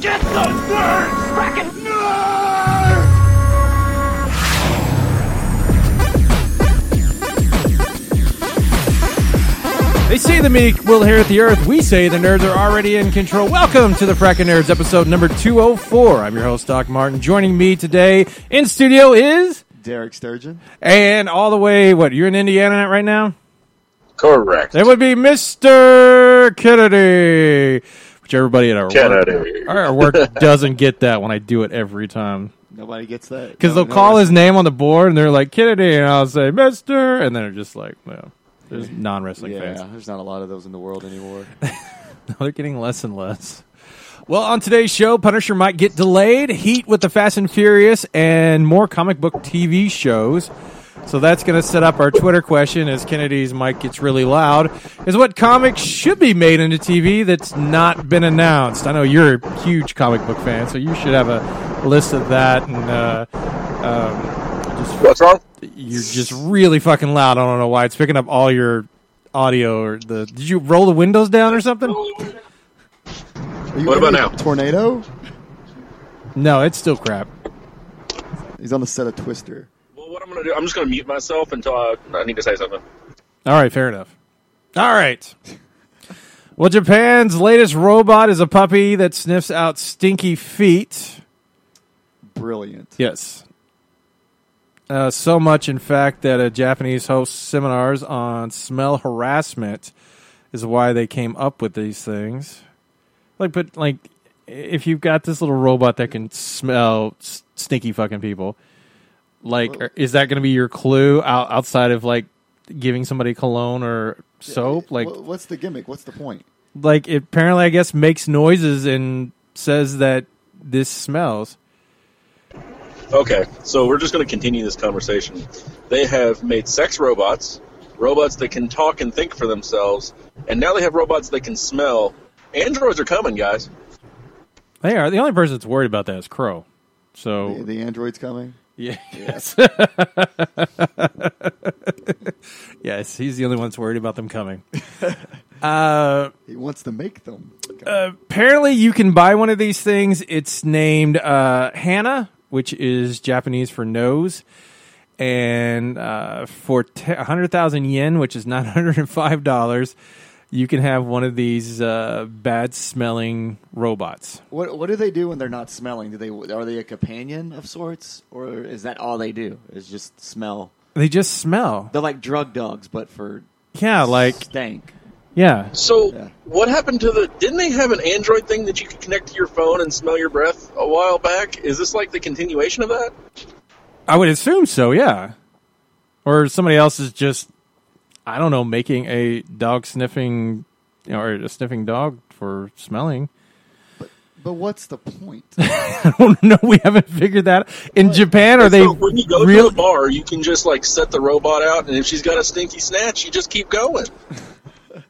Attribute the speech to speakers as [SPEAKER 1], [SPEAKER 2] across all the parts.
[SPEAKER 1] Get those birds, Bracken!
[SPEAKER 2] They say the meek will inherit the earth. We say the nerds are already in control. Welcome to the Frackin' Nerds, episode number 204. I'm your host, Doc Martin. Joining me today in studio is,
[SPEAKER 3] Derek Sturgeon.
[SPEAKER 2] and all the way, what, you're in Indiana right now?
[SPEAKER 4] Correct.
[SPEAKER 2] It would be Mr. Kennedy, which everybody at our work,
[SPEAKER 4] Kennedy.
[SPEAKER 2] our work doesn't get that when I do it every time.
[SPEAKER 3] Nobody gets that.
[SPEAKER 2] Because
[SPEAKER 3] No-
[SPEAKER 2] they'll
[SPEAKER 3] Oh, no
[SPEAKER 2] call
[SPEAKER 3] one-
[SPEAKER 2] his name on the board and they're like, Kennedy, and I'll say, Mr. And then they're just like, well, there's non wrestling
[SPEAKER 3] Yeah,
[SPEAKER 2] fans.
[SPEAKER 3] there's not a lot of those in the world anymore.
[SPEAKER 2] They're getting less and less. Well, on today's show, Punisher might get delayed, Heat with the Fast and Furious, and more comic book TV shows. So that's going to set up our Twitter question as Kennedy's mic gets really loud. Is what comics should be made into TV that's not been announced? I know you're a huge comic book fan, so you should have a list of that. And uh, um, just
[SPEAKER 4] What's wrong?
[SPEAKER 2] you're just really fucking loud. I don't know why it's picking up all your audio. Or the did you roll the windows down or something?
[SPEAKER 3] Are you
[SPEAKER 4] What
[SPEAKER 3] in
[SPEAKER 4] about
[SPEAKER 3] a
[SPEAKER 4] now?
[SPEAKER 3] Tornado?
[SPEAKER 2] No, it's still crap.
[SPEAKER 3] He's on the set of Twister.
[SPEAKER 4] Well, what I'm going to do, I'm just going to mute myself until I, I need to say something.
[SPEAKER 2] All right, fair enough. All right. Well, Japan's latest robot is a puppy that sniffs out stinky feet.
[SPEAKER 3] Brilliant.
[SPEAKER 2] Yes. Uh, so much, in fact, that a Japanese hosts seminars on smell harassment is why they came up with these things. Like, but like, if you've got this little robot that can smell s- stinky fucking people, like, are- is that going to be your clue out- outside of like giving somebody cologne or soap? Like,
[SPEAKER 3] Wha- what's the gimmick? What's the point?
[SPEAKER 2] like it apparently I guess makes noises and says that this smells.
[SPEAKER 4] Okay, so we're just going to continue this conversation. They have made sex robots, robots that can talk and think for themselves, and now they have robots that can smell. Androids are coming, guys.
[SPEAKER 2] They are the only person that's worried about that is Crow. So
[SPEAKER 3] The, the android's coming.
[SPEAKER 2] Yeah. Yes. yes, he's the only one that's worried about them coming.
[SPEAKER 3] He wants to make them.
[SPEAKER 2] Uh, Apparently, you can buy one of these things. It's named uh, Hana, which is Japanese for nose, and uh, for te- 100,000 yen, which is $905, you can have one of these uh, bad smelling robots.
[SPEAKER 3] What What do they do when they're not smelling? Do they are they a companion of sorts, or is that all they do? Is just smell?
[SPEAKER 2] They just smell.
[SPEAKER 3] They're like drug dogs, but for
[SPEAKER 2] Yeah, like,
[SPEAKER 3] stank.
[SPEAKER 2] yeah.
[SPEAKER 4] So,
[SPEAKER 3] Yeah.
[SPEAKER 4] what happened to the. Didn't they have an Android thing that you could connect to your phone and smell your breath a while back? Is this like the continuation of that?
[SPEAKER 2] I would assume so, yeah. Or somebody else is just, I don't know, making a dog sniffing, you know, or a sniffing dog for smelling.
[SPEAKER 3] But what's the point?
[SPEAKER 2] I don't know. We haven't figured that. In Japan, are they
[SPEAKER 4] so when you go
[SPEAKER 2] real?
[SPEAKER 4] to a bar, you can just like set the robot out, and if she's got a stinky snatch, you just keep going.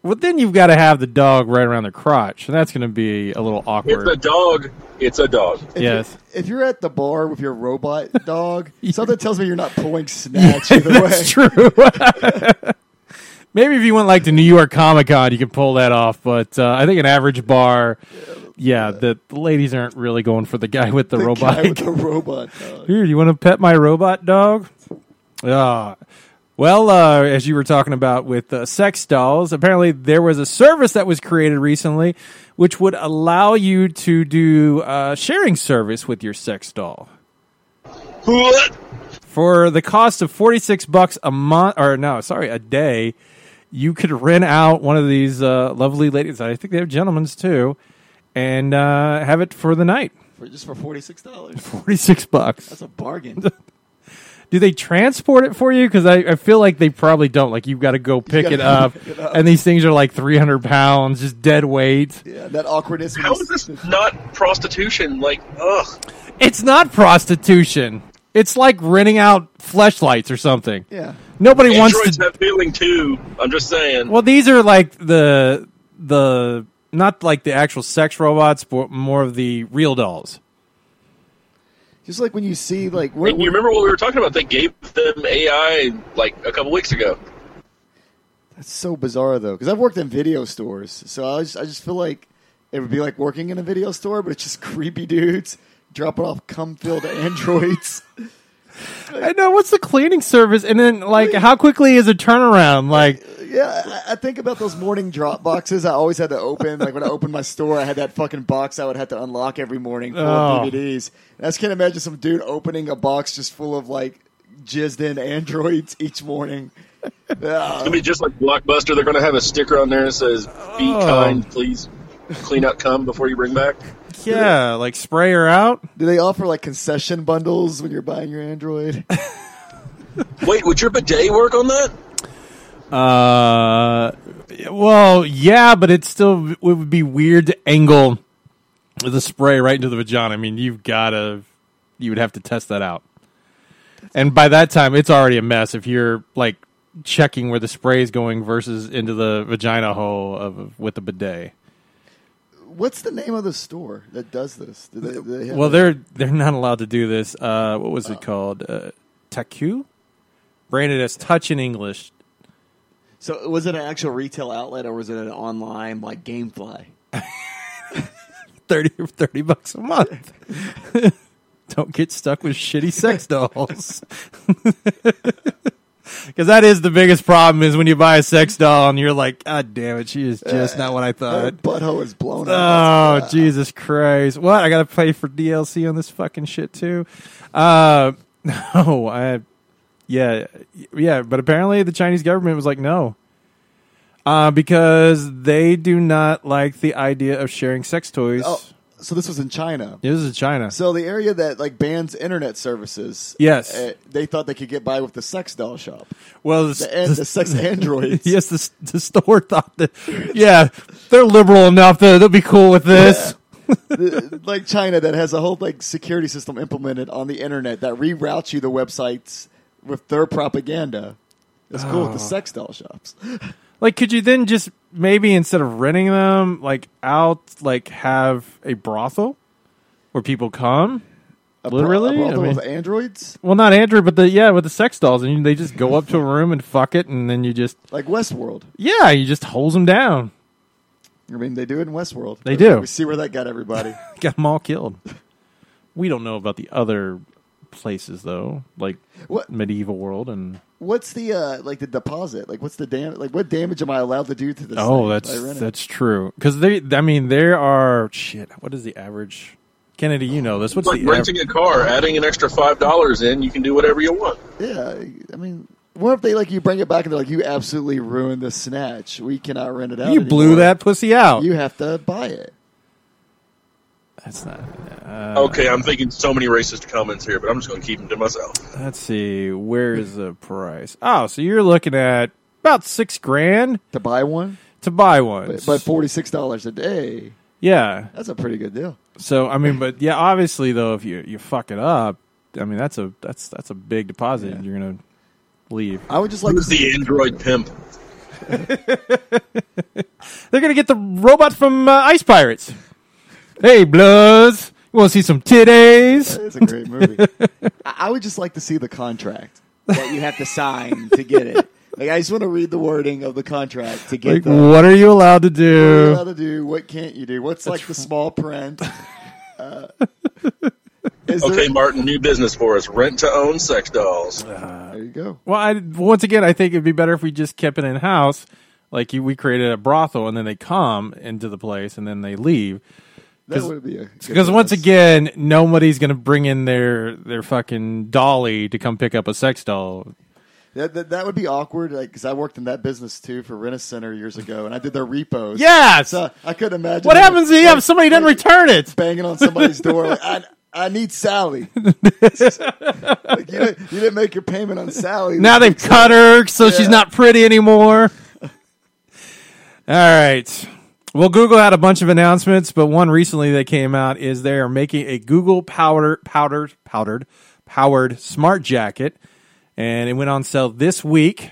[SPEAKER 2] Well, then you've got to have the dog right around the crotch, and that's going to be a little
[SPEAKER 4] It's a
[SPEAKER 2] awkward.
[SPEAKER 4] dog. It's a dog.
[SPEAKER 2] Yes.
[SPEAKER 3] if you're at the bar with your robot dog, something tells me you're not pulling snatch either way.
[SPEAKER 2] That's true. Maybe if you went like to New York Comic Con, you could pull that off. But uh, I think an average bar, yeah, the, the ladies aren't really going for the guy with the,
[SPEAKER 3] The
[SPEAKER 2] robot.
[SPEAKER 3] guy with the robot dog.
[SPEAKER 2] Here, you want to pet my robot dog? Ah. Well, uh, as you were talking about with uh, sex dolls, apparently there was a service that was created recently which would allow you to do uh, sharing service with your sex doll.
[SPEAKER 4] What?
[SPEAKER 2] For the cost of 46 bucks a month, or no, sorry, a day, you could rent out one of these uh, lovely ladies. I think they have gentlemen's too, and uh, have it for the night.
[SPEAKER 3] for just for forty six dollars.
[SPEAKER 2] 46 bucks.
[SPEAKER 3] That's a bargain.
[SPEAKER 2] Do they transport it for you? Because I, I feel like they probably don't. Like you've got to go pick it, up, and these things are like three hundred pounds, just dead weight.
[SPEAKER 3] Yeah, that awkwardness.
[SPEAKER 4] How is this not prostitution? Like, ugh.
[SPEAKER 2] It's not prostitution. It's like renting out fleshlights or something.
[SPEAKER 3] Yeah.
[SPEAKER 2] Nobody wants
[SPEAKER 4] Androids
[SPEAKER 2] to.
[SPEAKER 4] have feeling too. I'm just saying.
[SPEAKER 2] well, these are like the the not like the actual sex robots, but more of the real dolls.
[SPEAKER 3] Just like when you see like
[SPEAKER 4] I
[SPEAKER 3] where,
[SPEAKER 4] mean, you remember what we were talking about? They gave them AI like a couple weeks ago.
[SPEAKER 3] That's so bizarre though, because I've worked in video stores, so I just I just feel like it would be like working in a video store, but it's just creepy dudes dropping off cum filled androids.
[SPEAKER 2] I know. What's the cleaning service? And then like, how quickly is a turnaround? Like,
[SPEAKER 3] Yeah, I, I think about those morning drop boxes. I always had to open. Like when I opened my store, I had that fucking box I would have to unlock every morning full
[SPEAKER 2] Oh.
[SPEAKER 3] of DVDs. And I just can't imagine some dude opening a box just full of like jizzed in androids each morning.
[SPEAKER 4] It's gonna be just like Blockbuster. They're gonna have a sticker on there that says "Be
[SPEAKER 2] Oh.
[SPEAKER 4] kind, please." Clean out cum before you bring back.
[SPEAKER 2] yeah, like spray her out.
[SPEAKER 3] Do they offer like concession bundles when you're buying your android?
[SPEAKER 4] Wait, would your bidet work on that?
[SPEAKER 2] Uh, well, yeah, but it's still it would be weird to angle the spray right into the vagina. I mean, you've gotta, you would have to test that out. And by that time, it's already a mess if you're like checking where the spray is going versus into the vagina hole of with the bidet.
[SPEAKER 3] What's the name of the store that does this? Do they, do they have
[SPEAKER 2] Well,
[SPEAKER 3] a-
[SPEAKER 2] they're they're not allowed to do this. Uh, what was it called? Uh, Taku, branded as Touch in English.
[SPEAKER 3] so was it an actual retail outlet or was it an online like GameFly?
[SPEAKER 2] 30, 30 bucks a month. Don't get stuck with shitty sex dolls. Because that is the biggest problem is when you buy a sex doll and you're like, God damn it, she is just not what I
[SPEAKER 3] Her
[SPEAKER 2] thought.
[SPEAKER 3] butthole is blown up.
[SPEAKER 2] Oh Jesus Christ! What I gotta pay for DLC on this fucking shit too? Uh, no, I yeah yeah, but apparently the Chinese government was like no, uh, because they do not like the idea of sharing sex toys.
[SPEAKER 3] Oh, so this was in China.
[SPEAKER 2] This is China.
[SPEAKER 3] So the area that like bans internet services,
[SPEAKER 2] Yes.
[SPEAKER 3] uh, they thought they could get by with the sex doll shop,
[SPEAKER 2] well, the,
[SPEAKER 3] the, and the sex androids.
[SPEAKER 2] yes, the, the store thought that yeah they're liberal enough that they'll be cool with this.
[SPEAKER 3] The- like China that has a whole like security system implemented on the internet that reroutes you the websites with their propaganda. It's cool with
[SPEAKER 2] Ah.
[SPEAKER 3] the sex doll shops.
[SPEAKER 2] Like, could you then just maybe instead of renting them, like out, like have a brothel where people come? Literally,
[SPEAKER 3] All
[SPEAKER 2] I mean-
[SPEAKER 3] those androids,
[SPEAKER 2] well, not Andrew, but the yeah, with the sex dolls, and you, they just go up to a room and fuck it, and then you just
[SPEAKER 3] like Westworld.
[SPEAKER 2] yeah, you just holds them down,
[SPEAKER 3] I mean, they do it in Westworld.
[SPEAKER 2] They do.
[SPEAKER 3] We see where that got everybody.
[SPEAKER 2] got them all killed. We don't know about the other places though, like
[SPEAKER 3] What-
[SPEAKER 2] medieval world and
[SPEAKER 3] what's the uh like the deposit? Like, what's the dam? Like, what damage am I allowed to do to this?
[SPEAKER 2] Oh,
[SPEAKER 3] thing if I
[SPEAKER 2] that's
[SPEAKER 3] rent it?
[SPEAKER 2] that's true. Because they, I mean, there are shit. What is the average? Kennedy, you know this. What's
[SPEAKER 4] It's like
[SPEAKER 2] the average?
[SPEAKER 4] renting a car, adding an extra five dollars in, you can do whatever you want.
[SPEAKER 3] yeah. I mean, what if they like you bring it back and they're like, you absolutely ruined the snatch. We cannot rent it out.
[SPEAKER 2] You blew
[SPEAKER 3] anymore.
[SPEAKER 2] that pussy out.
[SPEAKER 3] You have to buy it.
[SPEAKER 2] That's not.
[SPEAKER 4] okay, I'm thinking so many racist comments here, but I'm just gonna keep them to myself.
[SPEAKER 2] Let's see. Where is the price? Oh, so you're looking at about six grand
[SPEAKER 3] To buy one,
[SPEAKER 2] to buy one.
[SPEAKER 3] but, but forty six dollars a day.
[SPEAKER 2] yeah.
[SPEAKER 3] That's a pretty good deal.
[SPEAKER 2] So I mean, but yeah, obviously though, if you you fuck it up, I mean that's a that's that's a big deposit. and You're gonna leave.
[SPEAKER 3] I would just like to
[SPEAKER 4] Who's
[SPEAKER 3] see
[SPEAKER 4] the android pimp?
[SPEAKER 2] They're gonna get the robot from uh, Ice Pirates. Hey, Bloods, you want to see some titties?
[SPEAKER 3] It's a great movie. I I would just like to see the contract that you have to sign to get it. Like, I just want to read the wording of the contract to get
[SPEAKER 2] Like,
[SPEAKER 3] the.
[SPEAKER 2] what are you allowed to
[SPEAKER 3] what are you
[SPEAKER 2] do?
[SPEAKER 3] allowed to do? What can't you do? What's like the small print? Uh, is
[SPEAKER 4] Okay,
[SPEAKER 3] there,
[SPEAKER 4] Martin, new business for us: rent to own sex dolls.
[SPEAKER 3] there you go.
[SPEAKER 2] Well, I, once again, I think it'd be better if we just kept it in house. Like you, we created a brothel, and then they come into the place, and then they leave.
[SPEAKER 3] That would be a
[SPEAKER 2] Because once again, nobody's gonna bring in their their fucking dolly to come pick up a sex doll.
[SPEAKER 3] that, that, that would be awkward. Like, because I worked in that business too for Rent a Center years ago, and I did their repos.
[SPEAKER 2] Yeah.
[SPEAKER 3] so I couldn't imagine
[SPEAKER 2] what
[SPEAKER 3] them,
[SPEAKER 2] happens if
[SPEAKER 3] like,
[SPEAKER 2] somebody doesn't return it?
[SPEAKER 3] banging on somebody's door. Like, I, I need Sally. like you, didn't, you didn't make your payment on Sally.
[SPEAKER 2] Now they've cut her, so she's
[SPEAKER 3] Yeah.
[SPEAKER 2] not pretty anymore. All right. Well, Google had a bunch of announcements, but one recently that came out is they are making a Google powder powder powdered powered smart jacket, and it went on sale this week.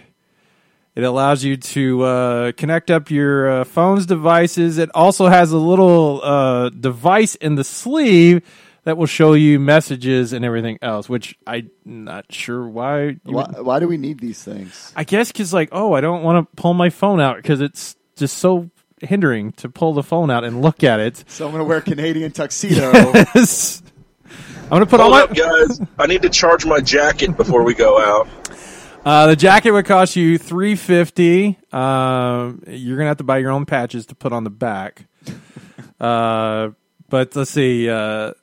[SPEAKER 2] It allows you to uh, connect up your uh, phone's devices. It also has a little uh, device in the sleeve that will show you messages and everything else, which I'm not sure why. You would
[SPEAKER 3] why, why do we need these things?
[SPEAKER 2] I guess because like, oh, I don't want to pull my phone out because it's just so hindering to pull the phone out and look at it.
[SPEAKER 3] So I'm gonna wear a Canadian tuxedo.
[SPEAKER 2] I'm gonna put all
[SPEAKER 4] Hold
[SPEAKER 2] my
[SPEAKER 4] up, guys. I need to charge my jacket before we go out.
[SPEAKER 2] uh, the jacket would cost you three fifty. Um, you're gonna have to buy your own patches to put on the back. uh, but let's see. Uh,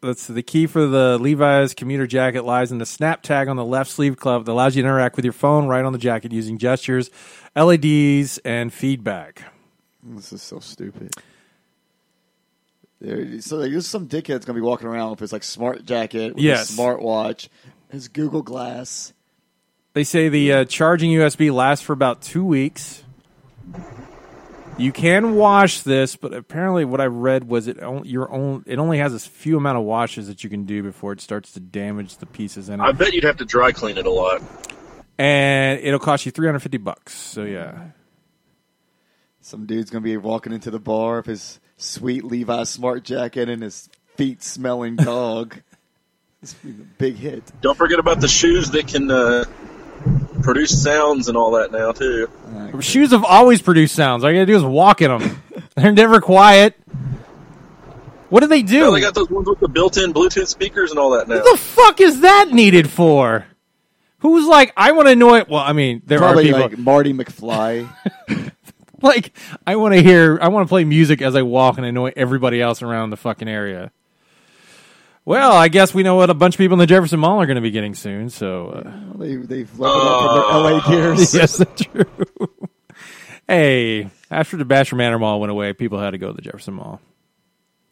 [SPEAKER 2] let's see. The key for the Levi's commuter jacket lies in the snap tag on the left sleeve club that allows you to interact with your phone right on the jacket using gestures, LEDs, and feedback.
[SPEAKER 3] This is so stupid. There, so like, there's some dickhead's gonna be walking around with his like smart jacket, with
[SPEAKER 2] Yes.
[SPEAKER 3] his smartwatch, his Google Glass.
[SPEAKER 2] They say the uh, charging USB lasts for about two weeks. You can wash this, but apparently, what I read was it on, your own. It only has a few amount of washes that you can do before it starts to damage the pieces in it,
[SPEAKER 4] I bet you'd have to dry clean it a lot.
[SPEAKER 2] and it'll cost you three hundred fifty bucks. So yeah,
[SPEAKER 3] Some dude's gonna be walking into the bar with his sweet Levi's smart jacket and his feet smelling dog. It's gonna be a big hit.
[SPEAKER 4] Don't forget about the shoes that can uh, produce sounds and all that now too.
[SPEAKER 2] shoes have always produced sounds. All you gotta do is walk in them; they're never quiet. What do they do?
[SPEAKER 4] Now they got those ones with the built-in Bluetooth speakers and all that now.
[SPEAKER 2] What the fuck is that needed for? Who's like, I want to know it. Well, I mean, there are
[SPEAKER 3] Probably
[SPEAKER 2] people.
[SPEAKER 3] like Marty McFly.
[SPEAKER 2] like I want to hear, I want to play music as I walk and annoy everybody else around the fucking area. Well, I guess we know what a bunch of people in the Jefferson Mall are going to be getting soon. So uh,
[SPEAKER 3] Well, Oh, they they've leveled up from their LA gears.
[SPEAKER 2] yes, that's true. hey, after the Bachelor Manor Mall went away, people had to go to the Jefferson Mall.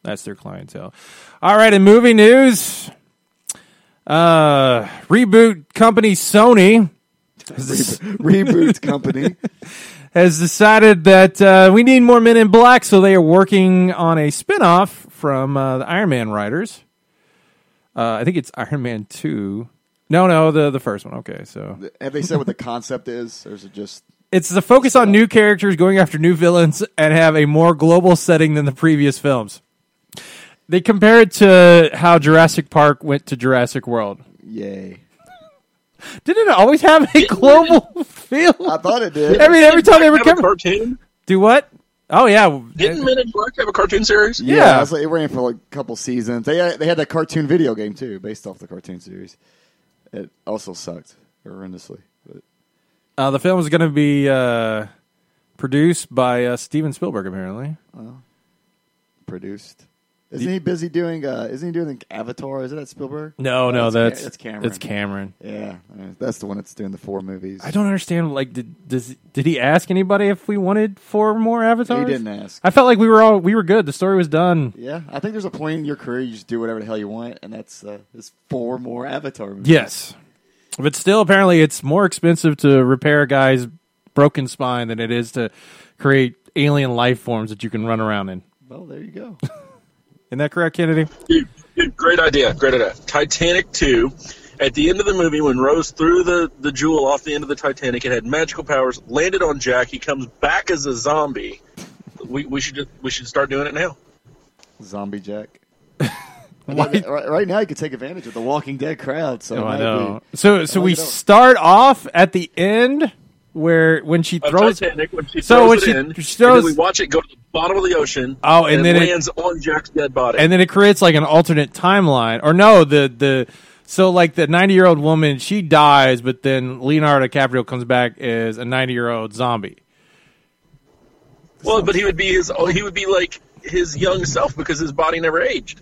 [SPEAKER 2] That's their clientele. All right, in movie news, uh, reboot company Sony
[SPEAKER 3] Reboot company.
[SPEAKER 2] has decided that uh, we need more Men in Black, so they are working on a spinoff from uh, the Iron Man writers. Uh, I think it's Iron Man two. No, no, the the first one. Okay, so
[SPEAKER 3] Have they said what the concept is, or is it just
[SPEAKER 2] it's the focus on new characters going after new villains and have a more global setting than the previous films. They compare it to how Jurassic Park went to Jurassic World.
[SPEAKER 3] yay?
[SPEAKER 2] Didn't it always have a global feel?
[SPEAKER 3] I thought it did.
[SPEAKER 2] I mean, every time they
[SPEAKER 4] Have
[SPEAKER 2] were
[SPEAKER 4] a
[SPEAKER 2] coming,
[SPEAKER 4] cartoon?
[SPEAKER 2] do what? Oh yeah,
[SPEAKER 4] Didn't Men in Black have a cartoon series?
[SPEAKER 3] Yeah,
[SPEAKER 2] Yeah.
[SPEAKER 3] I was like, it ran for like a couple seasons. They they had that cartoon video game too, based off the cartoon series. It also sucked horrendously. But
[SPEAKER 2] Uh, the film is going to be uh, produced by uh, Steven Spielberg, apparently.
[SPEAKER 3] produced. Isn't he busy doing? Uh, isn't he doing like, Avatar? Is it that Spielberg?
[SPEAKER 2] No, no,
[SPEAKER 3] that's Ca-
[SPEAKER 2] that's
[SPEAKER 3] that's Cameron.
[SPEAKER 2] That's Cameron.
[SPEAKER 3] Yeah, I mean, that's the one that's doing the four movies.
[SPEAKER 2] I don't understand. Like, did does, did he ask anybody if we wanted four more avatars?
[SPEAKER 3] He didn't ask.
[SPEAKER 2] I felt like we were all we were good. The story was done.
[SPEAKER 3] yeah, I think there's a point in your career you just do whatever the hell you want, and that's uh, there's four more Avatar movies.
[SPEAKER 2] Yes, but still, apparently, it's more expensive to repair a guy's broken spine than it is to create alien life forms that you can run around in.
[SPEAKER 3] Well, there you go.
[SPEAKER 2] Isn't that correct, Kennedy?
[SPEAKER 4] Dude, dude, great idea. Great idea. Titanic 2. At the end of the movie, when Rose threw the, the jewel off the end of the Titanic, it had magical powers, landed on Jack. He comes back as a zombie. We, we should just, we should start doing it now.
[SPEAKER 3] Zombie Jack. right, right now, you could take advantage of the Walking Dead crowd. So
[SPEAKER 2] Oh, I
[SPEAKER 3] it might be-
[SPEAKER 2] know. So, so
[SPEAKER 3] might
[SPEAKER 2] we
[SPEAKER 3] be-
[SPEAKER 2] start off at the end where when she
[SPEAKER 4] Of
[SPEAKER 2] throws.
[SPEAKER 4] Titanic, when she
[SPEAKER 2] So
[SPEAKER 4] throws
[SPEAKER 2] when
[SPEAKER 4] it
[SPEAKER 2] she-
[SPEAKER 4] in,
[SPEAKER 2] she
[SPEAKER 4] and
[SPEAKER 2] throws-
[SPEAKER 4] then we watch it go to the bottom of the ocean.
[SPEAKER 2] Oh, and then
[SPEAKER 4] it
[SPEAKER 2] it-
[SPEAKER 4] lands on Jack's dead body.
[SPEAKER 2] and then it creates like an alternate timeline or no the the so like the 90 year old woman she dies but then leonardo dicaprio comes back as a 90 year old zombie
[SPEAKER 4] well, but he would be his oh, he would be like his young self because his body never aged.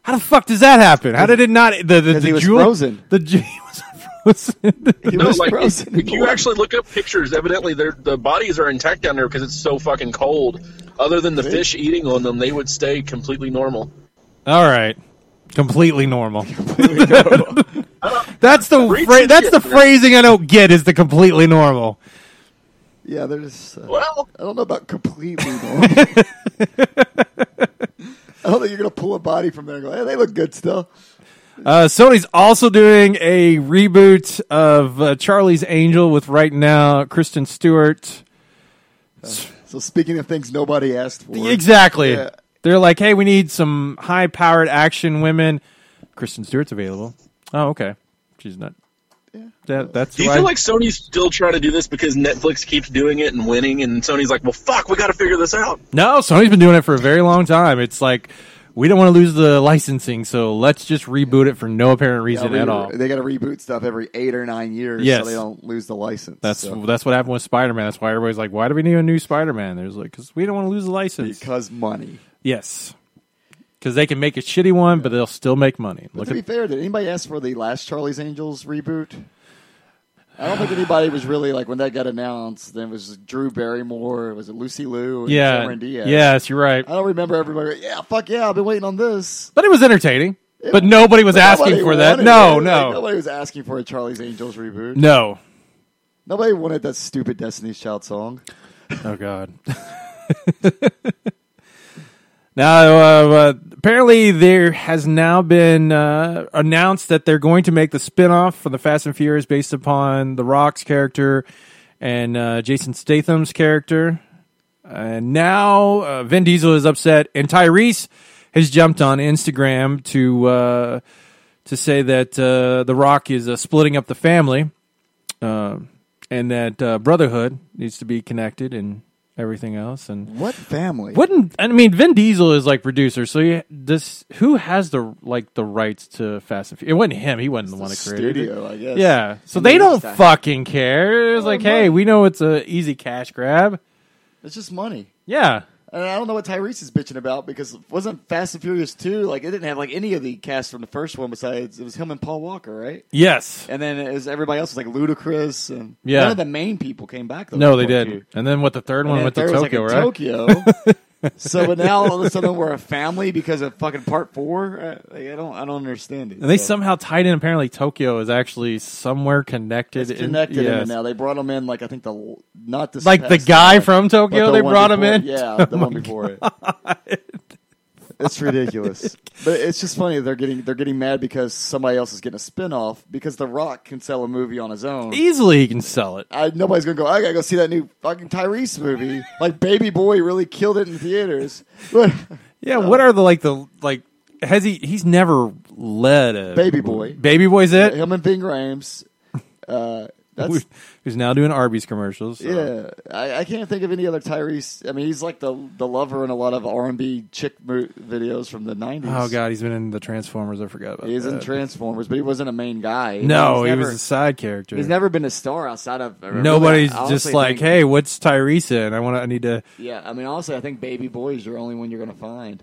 [SPEAKER 2] how the fuck does that happen how did it not the the, the
[SPEAKER 3] 'Cause he was
[SPEAKER 2] jewel-
[SPEAKER 3] frozen.
[SPEAKER 2] the ju- he was frozen
[SPEAKER 3] He
[SPEAKER 4] No,
[SPEAKER 3] was
[SPEAKER 4] like
[SPEAKER 3] frozen
[SPEAKER 4] if
[SPEAKER 3] in
[SPEAKER 4] you
[SPEAKER 3] blood.
[SPEAKER 4] actually look up pictures, evidently their the bodies are intact down there because it's so fucking cold. Other than the fish eating on them, they would stay completely normal.
[SPEAKER 2] all right Completely normal. that's the
[SPEAKER 4] Reaching
[SPEAKER 2] fra- that's the
[SPEAKER 4] shit, man.
[SPEAKER 2] phrasing I don't get. Is the completely normal?
[SPEAKER 3] Yeah, there's. Uh,
[SPEAKER 4] Well,
[SPEAKER 3] I don't know about completely normal. I don't think you're gonna pull a body from there and go, "Hey, they look good still."
[SPEAKER 2] Uh, Sony's also doing a reboot of uh, Charlie's Angel with right now Kristen Stewart.
[SPEAKER 3] So speaking of things nobody asked for,
[SPEAKER 2] Exactly.
[SPEAKER 3] Yeah.
[SPEAKER 2] They're like, hey, we need some high powered action women. Kristen Stewart's available. Oh, okay. She's not. That, that's
[SPEAKER 4] do you
[SPEAKER 2] why.
[SPEAKER 4] feel like Sony's still trying to do this because Netflix keeps doing it and winning, and Sony's like, well, fuck, we got to figure this out.
[SPEAKER 2] no, Sony's been doing it for a very long time. It's like we don't want to lose the licensing, so let's just reboot it for no apparent reason
[SPEAKER 3] they,
[SPEAKER 2] at all.
[SPEAKER 3] They got to reboot stuff every eight or nine years,
[SPEAKER 2] Yes.
[SPEAKER 3] so they don't lose the license.
[SPEAKER 2] That's
[SPEAKER 3] so.
[SPEAKER 2] that's what happened with Spider Man. That's why everybody's like, why do we need a new Spider Man? There's like, because we don't want to lose the license.
[SPEAKER 3] because money.
[SPEAKER 2] yes, because they can make a shitty one, but they'll still make money. Look
[SPEAKER 3] to be
[SPEAKER 2] at
[SPEAKER 3] fair, did anybody ask for the last Charlie's Angels reboot? I don't think anybody was really like when that got announced. Then it was Drew Barrymore, was it Lucy Liu, and
[SPEAKER 2] yeah,
[SPEAKER 3] Cameron Diaz. Uh,
[SPEAKER 2] yes, you're right.
[SPEAKER 3] I don't remember everybody. going, Yeah, fuck yeah, I've been waiting on this.
[SPEAKER 2] But it was entertaining. but nobody was asking
[SPEAKER 3] Nobody
[SPEAKER 2] for that.
[SPEAKER 3] wanted
[SPEAKER 2] No,
[SPEAKER 3] it. Like,
[SPEAKER 2] no,
[SPEAKER 3] nobody was asking for a Charlie's Angels reboot.
[SPEAKER 2] no.
[SPEAKER 3] Nobody wanted that stupid Destiny's Child song.
[SPEAKER 2] Oh God. now, uh, uh, apparently, there has now been uh, announced that they're going to make the spinoff for the Fast and Furious based upon The Rock's character and uh, Jason Statham's character. And now uh, Vin Diesel is upset, and Tyrese has jumped on Instagram to uh, to say that uh, The Rock is uh, splitting up the family and that uh, brotherhood needs to be connected and everything else. And
[SPEAKER 3] What family?
[SPEAKER 2] wouldn't I mean Vin Diesel is like producer, so you, this who has the like the rights to Fast and Furious? It wasn't him; he wasn't the, one that created it.
[SPEAKER 3] studio? I guess.
[SPEAKER 2] Yeah, so
[SPEAKER 3] Somebody
[SPEAKER 2] they don't
[SPEAKER 3] else that-
[SPEAKER 2] fucking care. It's like, hey, we know it's a easy cash grab.
[SPEAKER 3] It's just money.
[SPEAKER 2] Yeah,
[SPEAKER 3] And I don't know what Tyrese is bitching about because wasn't Fast and Furious two like it didn't have like any of the cast from the first one besides it was him and Paul Walker, right?
[SPEAKER 2] yes,
[SPEAKER 3] And then it was, everybody else was like ludicrous and
[SPEAKER 2] Yeah.
[SPEAKER 3] none of the main people came back. Though
[SPEAKER 2] no, they did.
[SPEAKER 3] Part two.
[SPEAKER 2] And then what? The third one
[SPEAKER 3] And
[SPEAKER 2] went
[SPEAKER 3] the
[SPEAKER 2] to
[SPEAKER 3] third was,
[SPEAKER 2] Tokyo,
[SPEAKER 3] like,
[SPEAKER 2] right?
[SPEAKER 3] in Tokyo. so, but now all of a sudden we're a family because of fucking part four. Uh, Like, I don't, I don't understand it.
[SPEAKER 2] And they
[SPEAKER 3] So,
[SPEAKER 2] somehow tied in. Apparently, Tokyo is actually somewhere connected.
[SPEAKER 3] it's
[SPEAKER 2] in-
[SPEAKER 3] connected in
[SPEAKER 2] yes.
[SPEAKER 3] it now. They brought him in like I think the not this
[SPEAKER 2] Like the
[SPEAKER 3] past
[SPEAKER 2] guy
[SPEAKER 3] one,
[SPEAKER 2] from
[SPEAKER 3] but
[SPEAKER 2] Tokyo,
[SPEAKER 3] the
[SPEAKER 2] they
[SPEAKER 3] one
[SPEAKER 2] brought him
[SPEAKER 3] before-
[SPEAKER 2] in? Oh
[SPEAKER 3] Yeah, the one before it. It's ridiculous. but it's just funny that they're getting they're getting mad because somebody else is getting a spin-off because The Rock can sell a movie on his own.
[SPEAKER 2] Easily, he can sell it.
[SPEAKER 3] I, nobody's gonna go. I gotta go see that new fucking Tyrese movie. Like Baby Boy really killed it in theaters. Look,
[SPEAKER 2] Yeah, what are the like the like has he he's never led a
[SPEAKER 3] Baby Boy.
[SPEAKER 2] Baby boy's it?
[SPEAKER 3] him and Bing Rhames. Uh, that's
[SPEAKER 2] Who's now doing Arby's commercials. so.
[SPEAKER 3] yeah. I, I can't think of any other Tyrese. I mean, he's like the the lover in a lot of R and B chick mo- videos from the nineties.
[SPEAKER 2] Oh god, he's been in the Transformers, I forgot about
[SPEAKER 3] He's in
[SPEAKER 2] that.
[SPEAKER 3] Transformers, but he wasn't a main guy.
[SPEAKER 2] no, he
[SPEAKER 3] He's never-
[SPEAKER 2] was a side character.
[SPEAKER 3] He's never been a star outside of. I really-
[SPEAKER 2] Nobody's
[SPEAKER 3] I
[SPEAKER 2] just
[SPEAKER 3] honestly
[SPEAKER 2] like,
[SPEAKER 3] think-
[SPEAKER 2] "Hey, what's Tyrese in? I want to I need to
[SPEAKER 3] Yeah, I mean, honestly, I think Baby Boy is your only one you're going to find.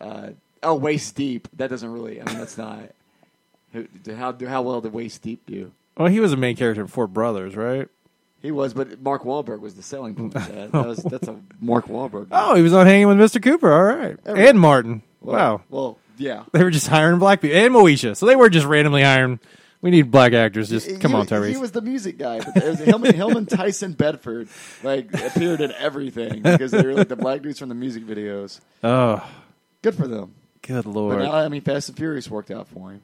[SPEAKER 3] Uh, oh, Waist Deep. That doesn't really. I mean, that's not. who- How how well did Waist Deep do?
[SPEAKER 2] Well, he was a main character in Four Brothers, right?
[SPEAKER 3] He was, but Mark Wahlberg was the selling point. of That, that was, that's a Mark Wahlberg.
[SPEAKER 2] Oh, he was on Hanging with Mr. Cooper. All right. And Martin. wow.
[SPEAKER 3] Well, yeah.
[SPEAKER 2] They were just hiring black people and Moesha. So they were just randomly hiring we need black actors. Just come
[SPEAKER 3] He-
[SPEAKER 2] on, Tyrese.
[SPEAKER 3] He was the music guy. But there was Hillman, Hillman Tyson Bedford like appeared in everything because they were like the black dudes from the music videos.
[SPEAKER 2] oh,
[SPEAKER 3] Good for them.
[SPEAKER 2] good
[SPEAKER 3] But
[SPEAKER 2] lord.
[SPEAKER 3] now, I mean, Fast and Furious worked out for him.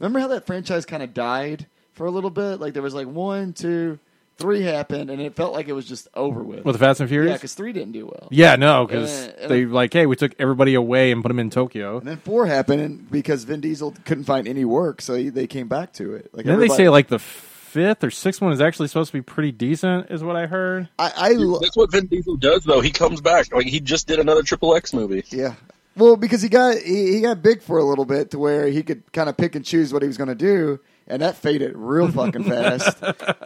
[SPEAKER 3] Remember how that franchise kind of died for a little bit? Like there was like one, two, three happened, and it felt like it was just over with.
[SPEAKER 2] With the Fast and
[SPEAKER 3] yeah,
[SPEAKER 2] Furious?
[SPEAKER 3] because three didn't do well.
[SPEAKER 2] Yeah, no, because
[SPEAKER 3] Uh, uh,
[SPEAKER 2] they like, hey, we took everybody away and put them in Tokyo.
[SPEAKER 3] And then four happened, and because Vin Diesel couldn't find any work, so he- they came back to it. Like
[SPEAKER 2] Then they
[SPEAKER 3] everybody-
[SPEAKER 2] say like the fifth or sixth one is actually supposed to be pretty decent, is what I heard.
[SPEAKER 3] I, I lo-
[SPEAKER 4] That's what Vin Diesel does, though. He comes back. Like, he just did another Triple X movie.
[SPEAKER 3] yeah. Well, because he got he, he got big for a little bit to where he could kind of pick and choose what he was going to do, and that faded real fucking fast.